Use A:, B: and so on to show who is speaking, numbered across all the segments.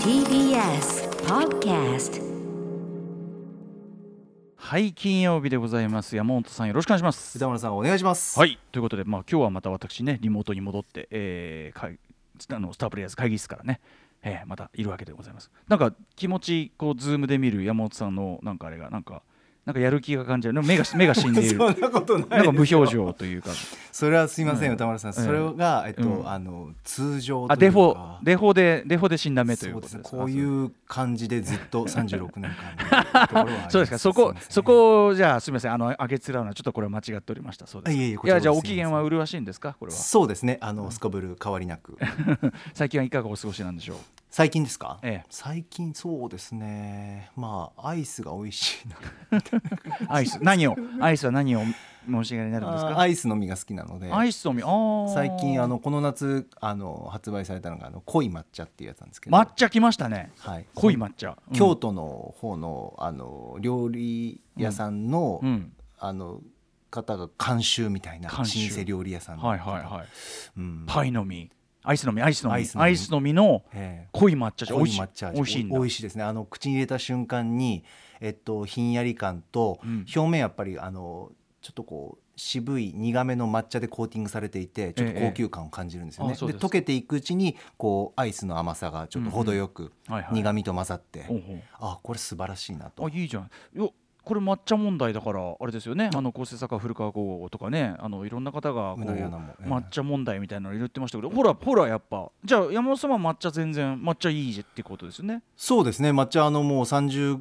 A: TBS Podcast
B: はい金曜日でございます山本さんよろしくお願いします
C: 歌村さんお願いします。
B: はいということでまあ今日はまた私ねリモートに戻って、えー、かいあのスタープレイヤーズ会議室からね、えー、またいるわけでございますなんか気持ちこうズームで見る山本さんのなんかあれがなんかなんかやる気が感じるなんか目が 目が死んでいる
C: そんなことないですよ
B: なんか無表情というか
C: それはすいません、歌丸さん。
B: ええ
C: それが、えっと、
B: うん
C: あの、通常というか。
B: あデフォデフォでデフォで死んだ目とい
C: そう
B: こ
C: うで
B: と
C: す
B: です
C: ね。
B: か
C: こういう感じでずっと36年間
B: そうですか、そこ、そ。こをじゃあ、すみません、あの、あげつらうのは、ちょっとこれは間違っておりました。そうです。
C: いえいえこちら
B: や、
C: こそ
B: じゃあ、
C: すい
B: お
C: ませ
B: 機
C: ん
B: 嫌は麗しいんですか、これは。
C: そうですね。あの、すこぶる変わりなく。
B: 最近はいかがお過ごしなんでしょう。
C: 最近ですか、
B: ええ
C: 最近、そうですね。まあ、アイスが美味しいな。
B: ア イス、何を、アイスは何を申し上げになるんです
C: あー
B: か。
C: アイスの実が好きなので。
B: アイスのみ、あー
C: 最近、あの、この夏、あの、発売されたのが、あの、濃い抹茶っていうやつなんですけど。
B: 抹茶来ましたね。
C: はい。
B: 濃い抹茶。うん
C: 京都の方のあの料理屋さんの,、
B: うん。
C: あの方が監修みたいな老
B: 監修
C: 舗料理屋さんの方
B: はいはいはい。
C: うん
B: パイのみ、アイスのみ、アイスの
C: ア
B: み
C: イス、の実
B: アイスのみの
C: ええ
B: 濃い抹茶じゃ美
C: 濃い
B: 味しい
C: 抹茶。味
B: 美味しいんだ
C: お美。味しいですねあの口に入れた瞬間に、えっと、ひんやり感と、
B: うん
C: 表面やっぱりあのちょっとこう渋い苦めの抹茶でコーティングされていてちょっと高級感を感じるんですよ
B: ええ
C: ね
B: あ、そう
C: で
B: です
C: 溶けていくうちにこうアイスの甘さがちょっと程よく
B: はいはい。
C: 苦みと混ざって、
B: ほうほう
C: あこれ素晴らしいなと
B: あいいじゃんよこれ抹茶問題だからあれですよねあの構成作家古川剛とかねあのいろんな方がこう
C: うなぎアナもええ
B: 抹茶問題みたいなの言ってましたけどほらほらやっぱじゃあ山本様は抹茶全然抹茶いいってことですよね
C: そうですね抹茶あのもう30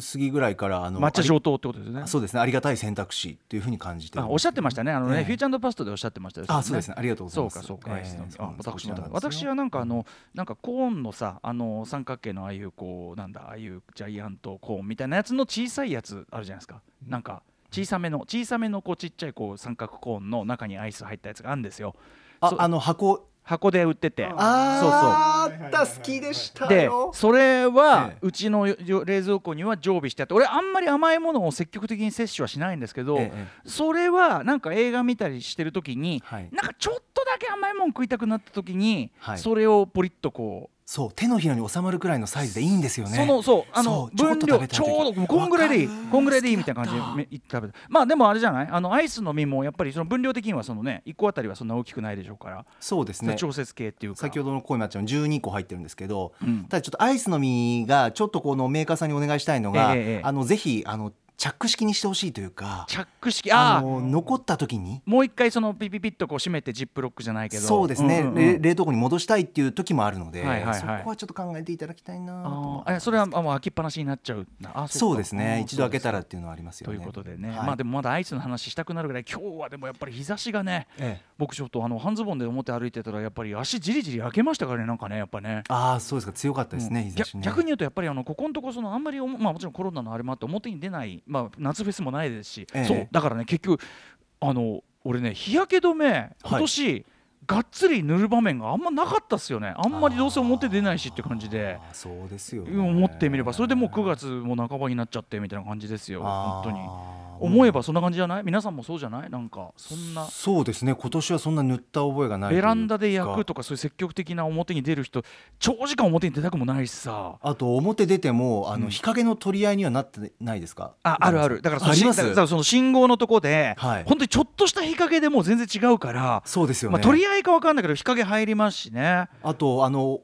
C: 過ぎぐらいからあの
B: 抹茶
C: あり
B: 上等ってことですよね
C: そうですねありがたい選択肢っていうふうに感じて
B: あおっしゃってましたたねあのね、
C: ええ
B: フューチャーパストでおっしゃってましたよ
C: あそうですねありがとうござい
B: そう
C: ます
B: かそうか、アイスの実あ私もだ私
C: 私
B: はなんかあのなんかコーンのさあの三角形のああいうこうなんだああいうジャイアントコーンみたいなやつの小さいやつあるじゃないですか、なんか小さめの小さめのこうちっちゃいこう三角コーンの中にアイス入ったやつがあるんですよ
C: あ
B: そう
C: あの箱
B: 箱で売ってて
C: あーあった好きでした
B: で
C: よ
B: それは
C: ええ
B: うちのよよ冷蔵庫には常備してあって俺あんまり甘いものを積極的に摂取はしないんですけど、
C: ええ
B: それはなんか映画見たりしてる時に、
C: はい
B: なんかちょっとだけ甘いもん食いたくなった時に、
C: はい
B: それをポリッとこう
C: そう手のひらに収まるくらいのサイズでいいんですよね
B: そのそうあの
C: そう
B: 分量ち
C: ちょ
B: ょ
C: こっと
B: う
C: 食べたい時
B: どもうこんぐらいでいい
C: わかる
B: こんぐらいでいいみたいな感じでめい食べたまあでもあれじゃないあのアイスの実もやっぱりその分量的にはそのね1個あたりはそんな大きくないでしょうから、
C: そうですね
B: 調節系っていうか
C: 先ほどの濃い抹茶の12個入ってるんですけど、
B: うん
C: ただちょっとアイスの実がちょっとこのメーカーさんにお願いしたいのが、
B: ええええ
C: あのぜひあのチャック式にしてほしいというか
B: チャック式あ
C: あ
B: あ
C: の残った時に
B: もう一回そのピピピッとこう閉めてジップロックじゃないけど
C: そうですね、
B: んんん
C: れ冷凍庫に戻したいっていう時もあるので、
B: はいはいはい
C: そこはちょっと考えていただきたいなと
B: あ
C: 思
B: ーあそれはあもう開きっぱなしになっちゃうなあ
C: そ
B: か
C: うです
B: あ
C: ね
B: ー
C: 一度開けたら
B: そう
C: っていうのはあります
B: です
C: よ
B: とい
C: ね
B: うことでね、
C: はい
B: まあでもまだアイスの話したくなるぐらい今日はでもやっぱり日差しがね
C: ええ
B: 僕ちょっとあの半ズボンで表歩いてたらやっぱり足じりじり開けましたからねなんかねやっぱね
C: ああそうですか強かったですね、
B: うん
C: 日差しね
B: 逆逆に言うとやっぱりあのここのとこそのあんまりおもまあもちろんコロナのあれもあって表に出ないまあ夏フェスもないですし、
C: ええ
B: そうだからね結局あの俺ね日焼け止め今年、がっつり塗る場面があんまなかったっすよねあんまりどうせ表出ないしって感じで
C: あーそうですよね、
B: 思ってみればそれでもう9月も半ばになっちゃってみたいな感じですよ
C: あ
B: 本当
C: ー
B: に思えば
C: も
B: そんな感じじゃない皆さんもそうじゃないなんかそんな
C: うそうですね今年はそんな塗った覚えがないとい
B: ベ
C: うか
B: ランダで焼くとかそういう積極的な表に出る人長時間表に出たくもないしさ
C: あと表出てもあ
B: うん
C: の日陰の取り合いにはなってないですか、
B: ああるあるだからその
C: ありま
B: し
C: す
B: だからその信号のとこで、
C: はい
B: 本当にちょっとした日陰でもう全然違うから、
C: そうですよね、
B: まあ、取り合いか分かんないけど日陰入りますし ね
C: あとあの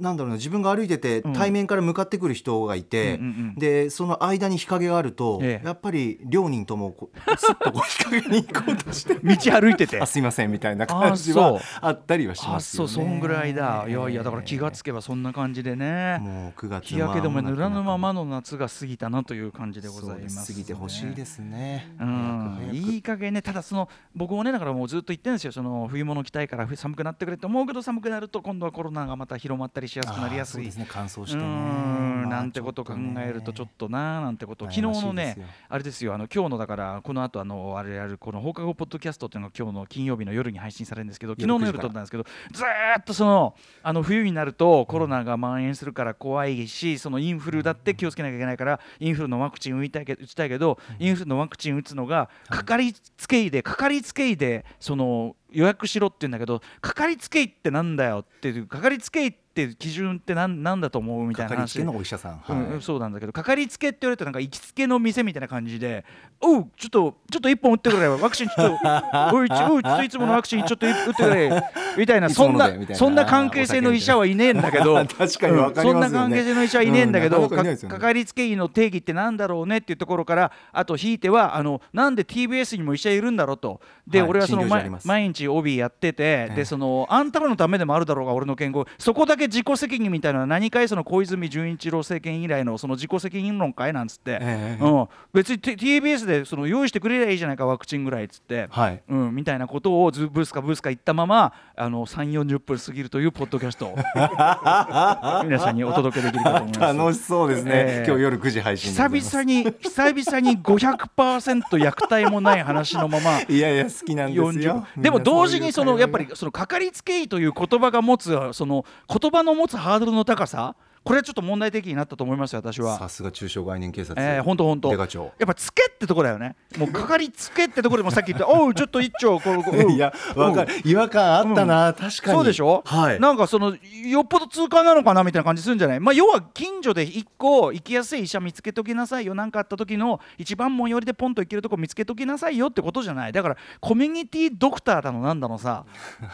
C: なんだろうな自分が歩いてて
B: うん
C: 対面から向かってくる人がいて、
B: うんうんうん
C: でその間に日陰があると、
B: ええ
C: やっぱり両人ともこうスッとこう日陰に行こう として
B: 道歩いてて
C: あすいませんみたいな感じ
B: あそう
C: はあったりはし
B: あ
C: ます
B: そ
C: よ
B: う
C: ね。
B: そんぐらいだいやいやだから気がつ
C: く
B: けばそんな感じでね
C: もう9月
B: 日焼け止め塗らぬまま
C: の
B: の夏が過ぎたなという感じでございます、。
C: 過ぎてほしいですすね。
B: うん、いい加減ね、ただその僕もね、だからもうずっと言ってるんですよ、その冬物着たいからふ寒くなってくれって思うけど、寒くなると今度はコロナがまた広まったりしやすくなりやす
C: あーそうで
B: い
C: すね乾燥
B: う
C: してね
B: ん
C: まあ
B: なんてこと考えるとちょっとなーなんてこと
C: 悩ましい
B: 昨日の
C: です
B: ね
C: よ
B: あれですよあの今日のだからこの後あのあれやるこの放課後ポッドキャストっていうのが今日の金曜日の夜に配信されるんですけど昨日の
C: 夜
B: 夜
C: 9
B: 撮ったんですけどずーっとそのあの冬になるとコロナが蔓延するから怖いしそのインフルだって気をつけなきゃいけないからインフルのワクチン打ちたいけ打ちたいけどインフルのワクチン打つのがかかりつけ医でかかりつけ医でその予約しろって言うんだけどかかりつけ医ってなんだよっていうかかりつけ医って基準ってなんなんだと思うみたい
C: か
B: な
C: かりつ
B: 話
C: けのお医者さん、は
B: う
C: い
B: んうん、そうなんだけどかかりつけって言われるとなんか行きつけの店みたいな感じで「おうちょっとちょっと一本打ってくれよワクチンちょっ とおいちおいちょっといつものワクチンちょっと打ってくれ」みたいない
C: つ
B: そ
C: も
B: ん
C: ので
B: な
C: みたいな
B: そんな関係性の医者はいねえんだけど
C: 確かにわかりま
B: うんそ
C: すよね
B: んな関係性の医者はいねえんだけど、
C: うんなかなかいないですよね
B: かかりつけ医の定義ってなんだろうねっていうところからあとひいてはあのなんで TBS にも医者いるんだろうとで、
C: はい
B: 俺はその
C: 診療所あ
B: 毎
C: ります
B: 毎日帯やってて、でそのあんたらのためでもあるだろうが俺の健康そこだけ自己責任みたいなのは何かいその小泉純一郎政権以来のその自己責任論かいなんつって、
C: ええ
B: うん、別に T- TBS でその用意してくれりゃいいじゃないかワクチンぐらいっつって。
C: はい
B: うん、みたいなことをずブースかブースか言ったままあの3 4 0分過ぎるというポッドキャストを 皆さんにお届けできるかと思います。
C: 楽しそうですね、
B: ええ
C: 今日夜9時配信でござ
B: 久
C: います
B: 々に久々に500%虐待もない話のまま
C: いやいや好きなんですよ
B: 40でも同時にそのやっぱり
C: みんな
B: そのかかりつけ医という言葉が持つその言葉の持つハードルの高さこれはちょっと問題的になったと思いますよ私
C: そういう会話が
B: は
C: さ。すが中小概念警察
B: えー、ほんとほんと
C: 出川町
B: やっぱつけってとこだよねもうかかりつけってところでもさっき言った「おうちょっと一丁こうこううん
C: いやわかる、違和感あったな、確かに
B: そうでしょ、
C: はい
B: なんかそのよっぽど通過なのかなみたいな感じするんじゃない、まあ、要は近所で一個行きやすい医者見つけときなさいよ何かあった時の一番最寄りでポンと行けるとこ見つけときなさいよってことじゃないだからコミュニティドクターだのなんだの さ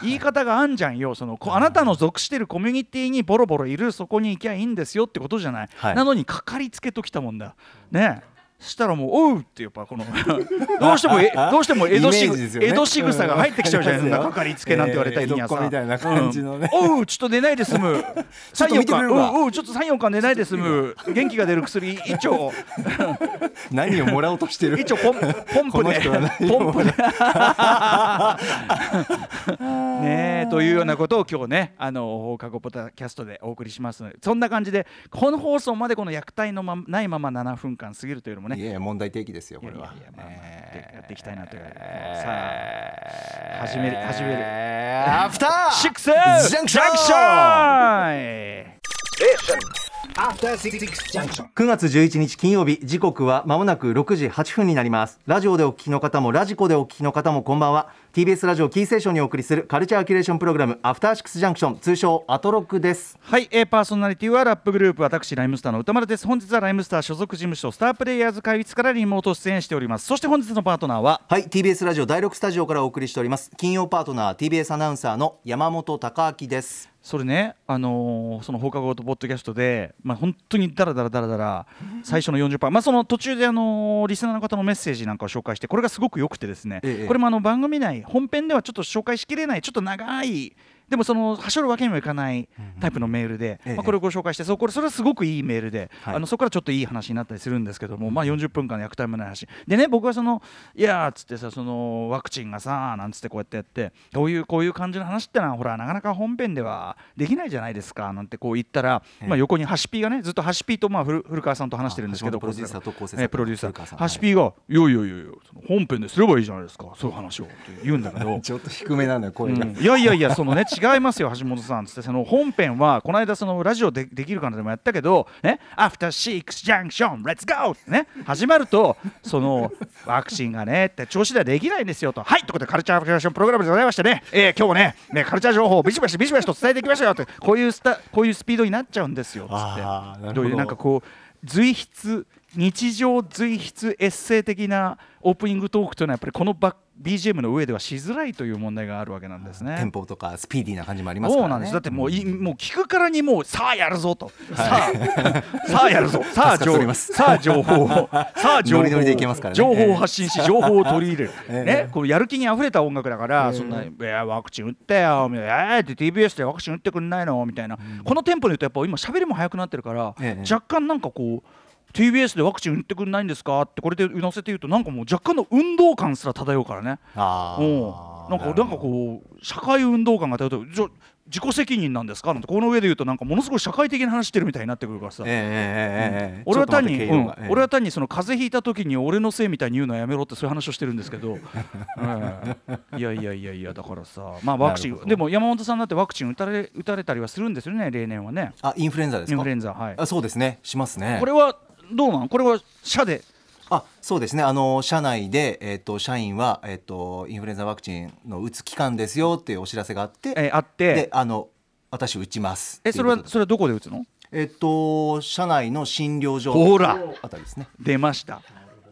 B: 言い方があんじゃんよそのこあなたの属してるコミュニティにボロボロいるそこに行きゃいいんですよってことじゃない、
C: はい
B: なのにかかりつけときたもんだねえそしたらもう「おう!」ってやっぱこの どうしてもえどうしても江戸し
C: イメー
B: ぐ、
C: ジですよね
B: 江戸仕草が入ってきちゃうじゃない
C: うん
B: ですかかかりつけなんて言われた日にはさ、
C: えー江戸っ子みたいな感じのね
B: うんおうちょっと寝ないで済む
C: ちょっと見てくれるわ
B: 三四日おうおうちょっと34巻寝ないで済む元気が出る薬一丁
C: 何をもらおうとしてる
B: 一応 ポンポンプ
C: この
B: で
C: 人は何を
B: ポンプで ねえというようなことを今日ねあの放課後ポタキャストでお送りしますのでそんな感じでこの放送までこの虐待のままないまま7分間過ぎるというのもね
C: いやいや問題提起ですよこれはい
B: やいやいやまあまあやって
C: えー
B: やっていきたいなという
C: えー
B: さあ始める始める
C: えーアフター
B: シックス
C: ジャンクション9月11日金曜日時刻はまもなく6時8分になりますラジオでお聞きの方もラジコでお聞きの方もこんばんは TBS ラジオキーセーションにお送りするカルチャーキュレーションプログラムアフターシックスジャンクション通称アトロックです
B: はい、えーパーソナリティはラップグループ私ライムスターの歌丸です本日はライムスター所属事務所スタープレイヤーズ会議室からリモート出演しておりますそして本日のパートナーは
C: はい TBS ラジオ第6スタジオからお送りしております金曜パートナー TBS アナウンサーの山本貴明です
B: それねあのーその放課後とポッドキャストでまあ本当にダラダラダラダラ最初の40パーまあその途中であのーリスナーの方のメッセージなんかを紹介してこれがすごく良くてですね、
C: ええ
B: これもあの番組内本編ではちょっと紹介しきれないちょっと長いでもそのはしょるわけにもいかないタイプのメールで、
C: ええ
B: まあ、これをご紹介してそうこれそれはすごくいいメールで、
C: はい
B: あのそこからちょっといい話になったりするんですけども、まあ、40分間の役タイムない話でね僕はそのいやーっつってさそのワクチンがさなんつってこうやってやってこういうこういう感じの話ってのはほらなかなか本編ではできないじゃないですかなんてこう言ったら、
C: ええ
B: まあ、横にハシピーがねずっとハシピーとまあ古古川さんと話してるんですけど
C: あ橋本プロデューサーと構成作家
B: えプロデューサ
C: 古川さ
B: ー
C: ん
B: ハシピーが、いやいやいやいやその本編ですればいいじゃないですかそういう話をって言うんだけど
C: ちょっと低めなのよ声が、
B: うん いやいやいやそのね違いますよ橋本さんつってその本編はこの間そのラジオでできるかなでもやったけどねアフターシックスジャンクションレッツゴーってね始まるとそのワクチンがねって調子ではできないんですよとはいということでカルチャーアプリケーションプログラムでございましてね、えー今日もねねカルチャー情報をビシバシビシバシと伝えていきましょうよってこういうスタこういうスピードになっちゃうんですよつって
C: あーなるほど
B: どういうなんかこう随筆日常随筆エッセイ的なオープニングトークというのはやっぱりこのバ BGM の上ではしづらいという問題があるわけなんですね。
C: テンポとかスピーディーな感じもありますからね
B: そうなんですだってもういもう聞くからにもうさあやるぞと、さ あさあやるぞさあ
C: 助かっており
B: 情
C: ます
B: さあ情報を さあ情報を
C: ノリノリでいけますからね
B: 情報を発信し情報を取り入れる、
C: ええ
B: ねこうやる気にあふれた音楽だから、そんな「いやワクチン打ってよ」みたいな「えー、って TBS でワクチン打ってくんないの?」みたいな、このテンポで言うとやっぱ今喋りも早くなってるから、
C: ええ
B: 若干なんかこう TBS でワクチン打ってくんないんですかってこれでうなせて言うとなんかもう若干の運動感すら漂うからね。
C: あ
B: うん
C: ー
B: なんかなんかこう社会運動感が漂うとじゃ自己責任なんですかなんてこの上で言うとなんかものすごい社会的な話してるみたいになってくるからさ、
C: ええええええええ
B: 俺は単に、
C: ちょっ
B: う
C: と
B: ん
C: 待って経路がええ
B: 俺は単にその風邪ひいた時に俺のせいみたいに言うのはやめろってそういう話をしてるんですけ ど、うんいやいやいやいやだからさまあワクチ
C: な
B: ン
C: るほど
B: でも山本さんだってワクチン打たれ打たれたりはするんですよね例年はね
C: あインフルエンザですか
B: インフルエンザはい
C: あそうですねしますね
B: これはどうなんこれは社で
C: あそうですねあの社内で、えっと社員は、えっとインフルエンザワクチンの打つ期間ですよっていうお知らせがあって、
B: えーあっ
C: で
B: て
C: あの私打ちます
B: えそれは
C: っていうこと
B: それはどこで打つの
C: でえっと社内の診療所
B: ほら
C: あたりですね
B: 出ました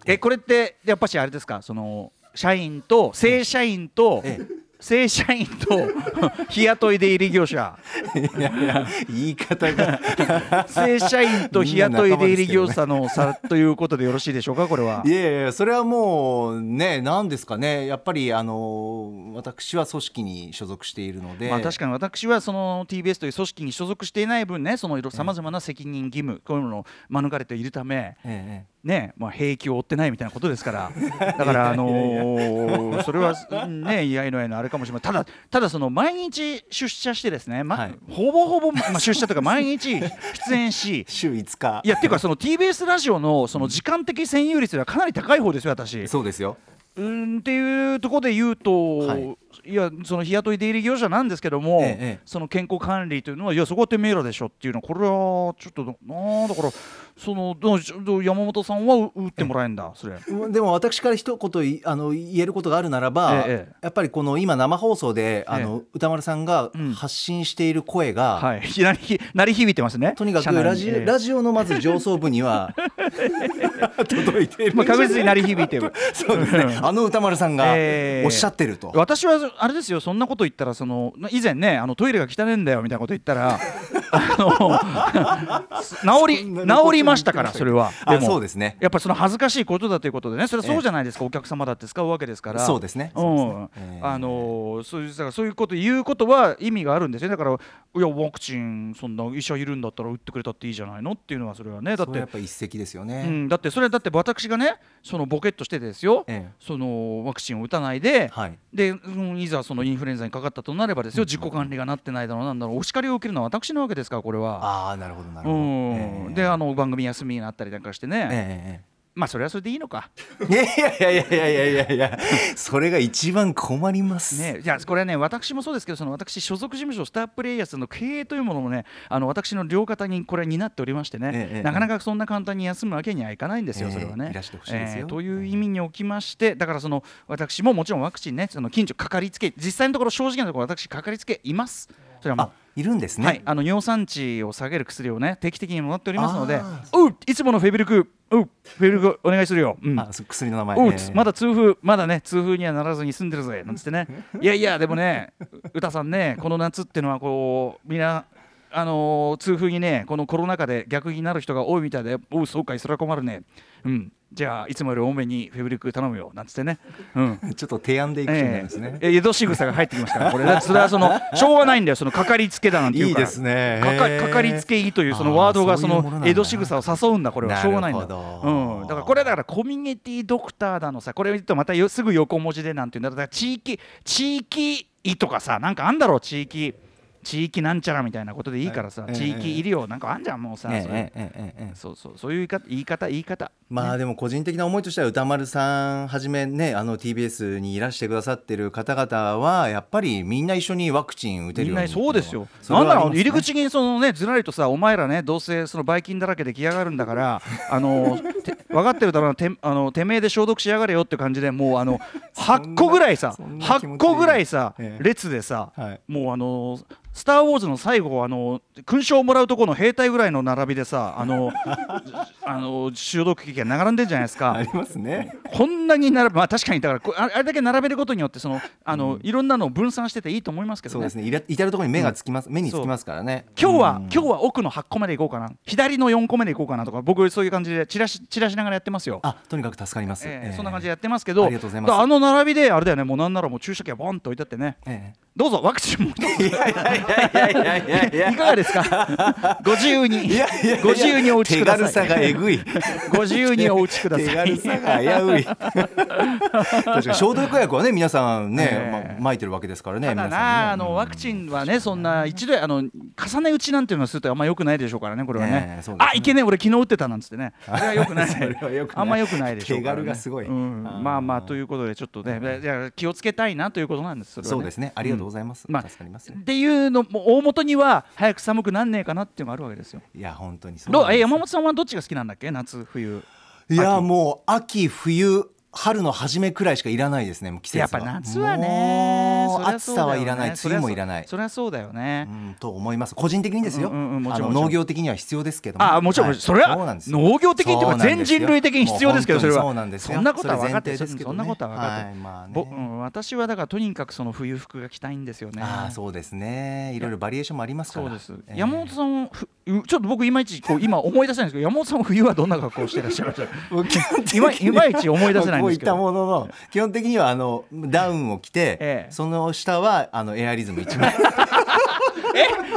B: えこれってやっぱしあれですかその社員と正社員と
C: ええ
B: 正社員と 日雇い出入り業 者
C: いやいや言い方が。
B: 正社員と日雇い出入り業者の差ということでよろしいでしょうかこれはい
C: やいやいやそれはもうね何ですかねやっぱりあの私は組織に所属しているので、
B: まあ、確かに私はその TBS という組織に所属していない分ねそのさまざまな責任義務こういうのを免れているため
C: え
B: ねまあ、兵役を負ってないみたいなことです からだから、あのーそれは、うんね、いやいのやいのあれかもしれないただただその毎日出社してですね、ま
C: はい
B: ほぼほぼ、まあ、出社というか毎日出演し
C: え週5日
B: いやっていうかその TBS ラジオのその時間的占有率ではかなり高い方ですよ私。
C: そうですよ
B: うんっていうところで言うと、
C: はいい、
B: やその日雇い出入り業者なんですけども、
C: ええええ
B: その健康管理というのはいやそこはてめえらでしょっていうのはこれはちょっとなあだからそのどど山本さんは打ってもらえんだそれ。
C: うんでも私から一言いあの言えることがあるならば、
B: ええ
C: やっぱりこの今生放送であの、歌丸さんが
B: うん
C: 発信している声が、
B: はい、 鳴りひ鳴り響いてますね。
C: とにか
B: 車
C: く
B: 内
C: ラジ,、
B: ええ
C: ラジオのまず上層部 には届いている
B: まあ、確実に 鳴り響いてる。
C: そうですねあの歌丸さんが
B: ええ
C: おっしゃってると、
B: 私はあれですよそんなこと言ったらその以前ねあのトイレが汚ねえんだよみたいなこと言った らあの治り
C: そんな
B: 治
C: こと
B: りましたからそれは
C: あそうですね
B: やっぱりその恥ずかしいことだということでねそれはそうじゃないですか、お客様だって使うわけですから
C: そうですね
B: う
C: そうんですねええ
B: あのーそういうだからそういうこと言うことは意味があるんですよねだからいやワクチンそんな医者いるんだったら打ってくれたっていいじゃないのっていうのはそれはねだっ
C: それは
B: て
C: やっぱ一石ですよ
B: う
C: ね、
B: ん、だってそれはだって私がねそのボケっとしてですよ、
C: ええ
B: そのワクチンを打たないで、
C: はい
B: で、うん、いざそのインフルエンザにかかったとなればですよ、自己管理がなってないだろうなんだろうお叱りを受けるのは私なわけですからこれは。
C: ああなるほどなる
B: う
C: ほ
B: ん
C: ど、ええ
B: であの番組休みになったりなんかしてね、
C: え
B: まあそれはそれでいいのか、
C: えええいやいやいやいやいやいやそれが一番困ります、
B: ね、じゃあこれはね私もそうですけどその私所属事務所スタープレイヤーズの経営というものもねあの私の両肩にこれは担っておりましてね、
C: ええええ
B: なかなかそんな簡単に休むわけにはいかないんですよ、
C: ええ
B: それはね。
C: いらしてほしいですよ
B: という意味におきましてだからその私ももちろんワクチンねその近所かかりつけ実際のところ正直なところ私かかりつけいます。それはもう
C: あいるんですね、
B: はい、あの尿酸値を下げる薬をね定期的にもらっておりますので
C: あ、
B: うっいつものフェブリク、うっフェブリクお願いするよ。うん。
C: あそう薬の名前
B: うっ
C: ええ
B: まだ痛風まだね痛風にはならずに済んでるぜなんつってねいやいやでもね歌さんねこの夏ってのはこうみんなあのー痛風にねこのコロナ禍で逆になる人が多いみたいでおうそうかいそれは困るねうんじゃあいつもより多めにフェブリック頼むよなんつってねうん
C: ちょっと提案でいくしかないですね。
B: えええ江戸仕草が入ってきますから、これ、だってそれはその、しょうがないんだよ、そのかかりつけだなんていうから。
C: いいですね
B: かか
C: へえ
B: かかりつけ医という、そのワード
C: あ
B: が、
C: ー
B: そ
C: そういうものな
B: の
C: んだ
B: 江戸仕草を誘うんだ、これはしょうがないんだ。
C: なるほど
B: うん、だから、これだから、コミュニティドクターだのさ、これを言うと、またよすぐ横文字でなんていうんだ、だから、地域、地域医とかさ、なんかあんだろう、地域。地域なんちゃらみたいなことでいいからさ、
C: はい
B: 地域医療なんかあんじゃんもうさ、
C: ええ
B: そういう
C: ええええええ
B: そうそうそういう言い方言い方言い方
C: まあでも個人的な思いとしては歌丸さんはじめねあの TBS にいらしてくださってる方々はやっぱりみんな一緒にワクチン打てる
B: みん
C: よう
B: な
C: に
B: そうですよ。
C: それ
B: な
C: は
B: んなら
C: ありますね
B: 入り口にそのねずらりとさお前らねどうせそのばい菌だらけで来やがるんだから あのて分かってるだろうなてあのてめえで消毒しやがれよって感じでもうあの8個ぐらいさ
C: そんな気持ちいい
B: 8個ぐらいさ
C: ええ
B: 列でさ
C: はい
B: もうあのスター・ウォーズの最後あの勲章をもらうとこの兵隊ぐらいの並びでさあ のあの消毒機が並んでんじゃないですか
C: あ。りますね
B: こんなに並べまあ確かにだからこあれあれだけ並べることによってそのあの、いろんなのを分散してていいと思いますけど
C: そうですねいら至る所に目がつきます、目につきますからね
B: 今日は、
C: うん
B: 今日は奥の8個まで行こうかな左の4個目で行こうかなとか僕そういう感じでチラシチラしながらやってますよ。
C: あとにかく助かります、
B: ええ
C: ええ
B: そんな感じでやってますけど
C: ありがとうございます
B: だからあの並びであれだよねもうなんならもう注射器がボンと置いてあってね
C: え
B: どうぞワクチンも
C: えいやいやいやいやい やいや
B: いかがですかご自由にご自由にお打ち
C: 手
B: ください
C: 軽さがえぐい
B: ご自由にお打ちください
C: 手軽さが危 うい確かに消毒薬はね皆さんね、
B: ええ
C: ま巻いてるわけですからね
B: ただ
C: 皆さんね
B: な、あのワクチンはね、そんな一度やあの重ね打ちなんていうのはするとあんま良くないでしょうからね、これは
C: え
B: ね
C: え。そうですね
B: あ、いけねえ、俺昨日打ってたなんつってね。 それは良くない。
C: それは良くない
B: あんま良くないでしょうから、ね。
C: 手軽がすごい
B: うん
C: あー
B: まあまあということでちょっとね、いや気をつけたいなということなんです。それは
C: そうですねありがとうございます、
B: うんまあ
C: 助かりますね
B: っていうのも大元には早く寒くなんねえかなっていうのがあるわけですよ。
C: いや本当にそうなん
B: ど
C: で
B: う
C: す
B: え山本さんはどっちが好きなんだっけ夏冬
C: いや
B: 秋
C: もう秋冬春の初めくらいしかいらないですねもう季節は
B: やっぱ夏はね
C: もう
B: そりゃ
C: 暑
B: そうだよ
C: さ
B: ね
C: はいらない梅雨もいらない
B: そりゃそうだよね、
C: うんと思います個人的にですよ、
B: うんうんうんも
C: あ
B: ちろん
C: の
B: もちろん
C: 農業的には必要ですけども
B: ああもちろん、
C: はい
B: それは農業的にっていうか全人類的に必要ですけどそれは
C: そうなんですよ
B: んなことは分かって
C: る
B: るそんなことは分かってる、
C: いまあね
B: ぼうん私はだからとにかくその冬服が着たいんですよね
C: ああそうですねいろいろバリエーションもありますから
B: そうです、
C: ええ
B: 山本さんはふうちょっと僕いまいちこう今思い出せないんですけど山本さんは冬はどんな格好をしてらっしゃ るんですか
C: 基本的に
B: いまいまいち思い出せないんですけど
C: こういったものの基本的にはあのダウンを着て、
B: ええ
C: その下はあのエアリズム 一枚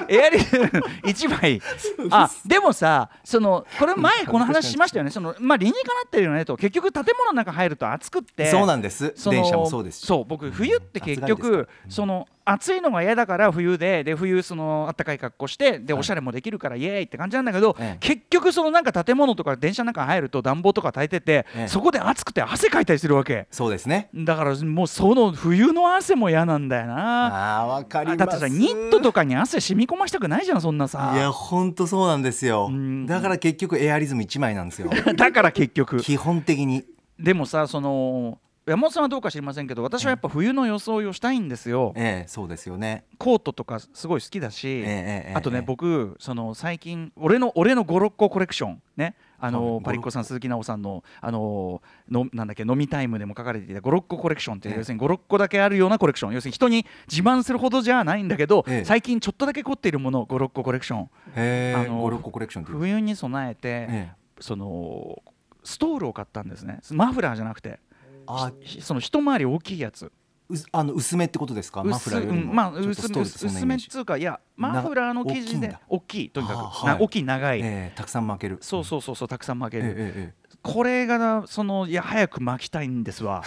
B: えエアリズム一枚 あでもさそのこれ前この話しましたよねその、まあ、理にかなってるよねと結局建物の中入ると暑くって
C: そうなんです
B: その
C: 電車もそうですし
B: そう僕冬って結
C: 暑がり
B: 局その暑いのが嫌だから冬でで冬その暖かい格好してでおしゃれもできるからイエーイって感じなんだけど、
C: ええ
B: 結局そのなんか建物とか電車なんか入ると暖房とか焚いてて、
C: ええ
B: そこで暑くて汗かいたりするわけ
C: そうですね
B: だからもうその冬の汗も嫌なんだよな
C: ああわかります
B: だってさニットとかに汗染み込ましたくないじゃんそんなさ
C: いやほんとそうなんですよ
B: うん
C: だから結局エアリズム一枚なんですよ
B: だから結局
C: 基本的に
B: でもさその山本さんはどうか知りませんけど私はやっぱ冬の装いをしたいんですよ
C: ええそうですよね
B: コートとかすごい好きだし、
C: ええええ
B: あとね、
C: ええ
B: 僕その最近俺の俺の56個コレクションねあの
C: はい
B: パリッコさん鈴木奈緒さんのあののなんだっけ飲みタイムでも書かれていた56個コレクションって、
C: ええ
B: 要するに56個だけあるようなコレクション要するに人に自慢するほどじゃないんだけど、
C: ええ
B: 最近ちょっとだけ凝っているもの56個コレクション
C: へ
B: あ
C: え
B: の
C: 56個コレクションっていう
B: 冬に備えて、
C: え
B: そのストールを買ったんですねマフラーじゃなくて
C: えあ
B: ひその一回り大きいやつ
C: うすあの薄めってことですかマフラーより
B: 薄
C: も
B: うんまあ
C: ちょっと
B: 薄
C: ス
B: め
C: トールってそんなイ
B: 薄
C: メ
B: め
C: ー
B: っ
C: ジ
B: つうかいやマフラーの生地で
C: な
B: 大きいとにかく
C: あー
B: な
C: はい
B: 大きい長い、
C: ええたくさん負ける
B: そうそうそうそうたくさん負け
C: ええ
B: る、
C: えええ
B: これがそのいや早く巻きたいんですわ、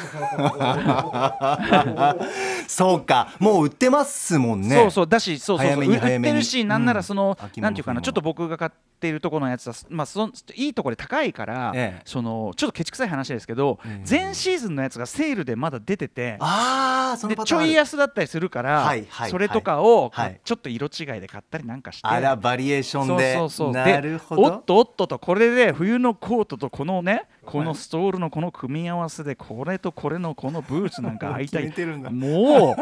C: えそうかもう売ってますもん ね
B: そうそうだしそうそう
C: 早
B: そう
C: めに
B: 売って
C: 早めに
B: るしなんならその、
C: うん秋物
B: なんていうかなちょっと僕が買っているところのやつはまあそのいいところで高いから、
C: ええ
B: そのちょっとケチくさい話ですけど、
C: ええ
B: 前シーズンのやつがセールでまだ出てて、
C: ああその
B: で
C: パ
B: ち
C: ターン
B: ょ
C: ある
B: い安だったりするから、
C: はいはい
B: それとかを、
C: はい
B: ちょっと色違いで買ったりなんかして
C: あらバリエーションで
B: そうそうそう
C: なるほ
B: でおっ
C: ど
B: とおっととこれで冬のコートとこのねこのストールのこの組み合わせでこれとこれのこのブーツなんか履いたい
C: 決めてるんだ
B: も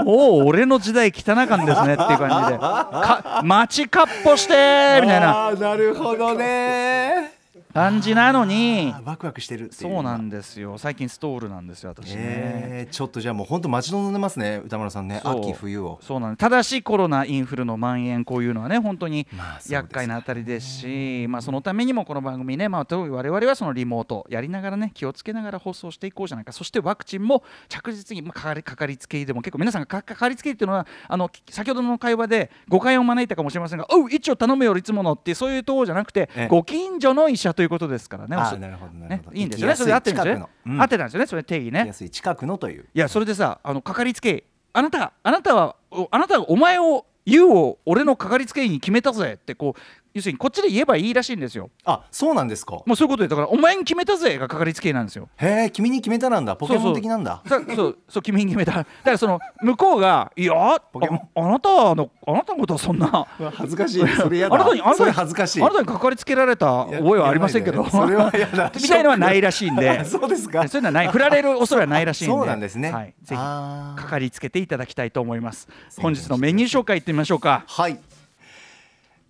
B: うもう俺の時代汚かんですねっていう感 じでか街かっぽしてみたいな
C: あーなるほどね
B: 感じなのに
C: あワクワクしてるってい
B: そうなん
C: だ
B: ですよ最近ストールなんですよ私ね。
C: えー、ちょっとじゃあもう本当待ち望んでますね歌村さんね
B: そう
C: 秋冬を
B: そうなんですただしコロナインフルの蔓延こういうのはね本当に
C: まあそうですね
B: 厄介なあたりですし、まあ、そのためにもこの番組ね、まあ、特に我々はそのリモートやりながらね気をつけながら放送していこうじゃないかそしてワクチンも着実に、まあ、かかりかかりつけ医でも結構皆さんがかかかりつけ医っていうのはあのき先ほどの会話で誤解を招いたかもしれませんが「おう一応頼むよいつもの」ってそういうとこじゃなくて
C: ええ
B: ご近所の医者ということですからね。
C: あー
B: おそ
C: なるほどなる
B: ね
C: ほど
B: いいんですよねそれで合ってるんですよね
C: 行きやすい近くの、うん
B: 合ってたんですよねそれ定義ね。
C: 行きやすい近くのという
B: いやそれでさあのかかりつけ医あなたあなたはおあなたがお前を言うを俺のかかりつけ医に決めたぜってこう要するにこっちで言えばいいらしいんですよ
C: あそうなんですか
B: もうそういうことでだからお前に決めたぜがかかりつけ医なんですよ
C: へえ君に決めたなんだポケモン的なんだ
B: そうそうそうそう君に決めただからその向こうがいやあ
C: ポケモン
B: あなたのあなたのことはそんな
C: うわ恥ずかしいそれ
B: あ
C: やだ
B: なたにあな
C: そ
B: た
C: れ
B: に
C: 恥ずかしい
B: あなたにかかりつけられた覚えはありませんけど
C: いややばいねそれはやだ
B: みたいのはないらしいん で
C: そうです か
B: そういうのはない振られる恐れはないらしいんで
C: そうなんですね
B: はい、ぜひ
C: あー
B: かかりつけていただきたいと思います
C: 宣
B: 本
C: 言
B: 日のメニュー紹介いってみましょうか
C: はい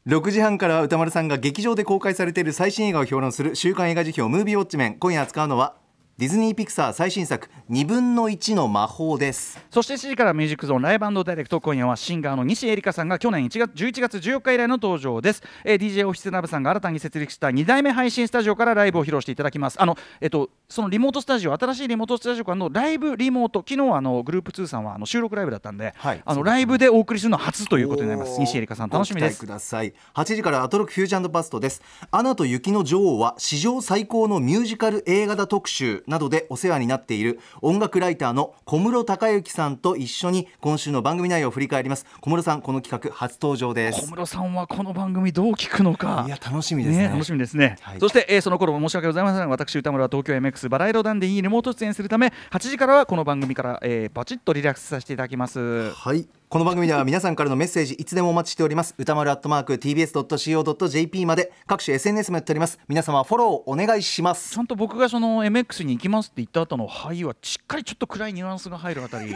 C: 6時半からは歌丸さんが劇場で公開されている最新映画を評論する週刊映画辞表「ムービーウォッチメン」今夜扱うのは「ディズニーピクサー最新作2分の1の魔法です
B: そして7時からミュージックゾーンライブダイレクト今夜はシンガーの西エリカさんが去年1月11月14日以来の登場です、えー DJ オフィスナブさんが新たに設立した2代目配信スタジオからライブを披露していただきますあの、えっと、そのリモートスタジオ新しいリモートスタジオからのライブリモート昨日はあのグループ2さんはあの収録ライブだったんで、
C: はい
B: あのライブでお送りするのは初ということになります
C: おー
B: 西エリカさん楽しみです
C: ご期待ください8時からアトロックフュージョンバストですアナと雪の女王は史上最高のミュージカル映画だ特集などでお世話になっている音楽ライターの小室孝之さんと一緒に今週の番組内容を振り返ります小室さんこの企画初登場で
B: 小
C: す
B: 室さんはこの番組どう聞くのか
C: いや楽しみですね
B: 楽しみですね、
C: はい
B: そして、えーその頃も申し訳ございません私歌村は東京 MX バラ色団でいいリモート出演するため8時からはこの番組から、えー、バチッとリラックスさせていただきます
C: はい。この番組では皆さんからのメッセージいつでもお待ちしております。歌丸アットマーク tbs.co.jp まで各種 SNS もやっております。皆様フォローお願いしま
B: ち
C: す。
B: ゃんと僕がその MX に行きますって言った後の「はい」はしっかりちょっと暗いニュアンスが入るあた り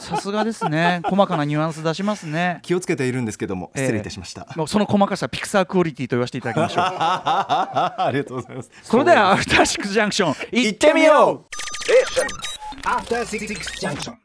B: さすがですね細かなニュアンス出しますね
C: 気をつけているんですけども失礼いたしました。
B: もうその細かさピクサークオリティと言わせていただきま しょう
C: ありがとうございます。
B: それではアフターシックスジャンクション行ってみよう
D: After Six Junction.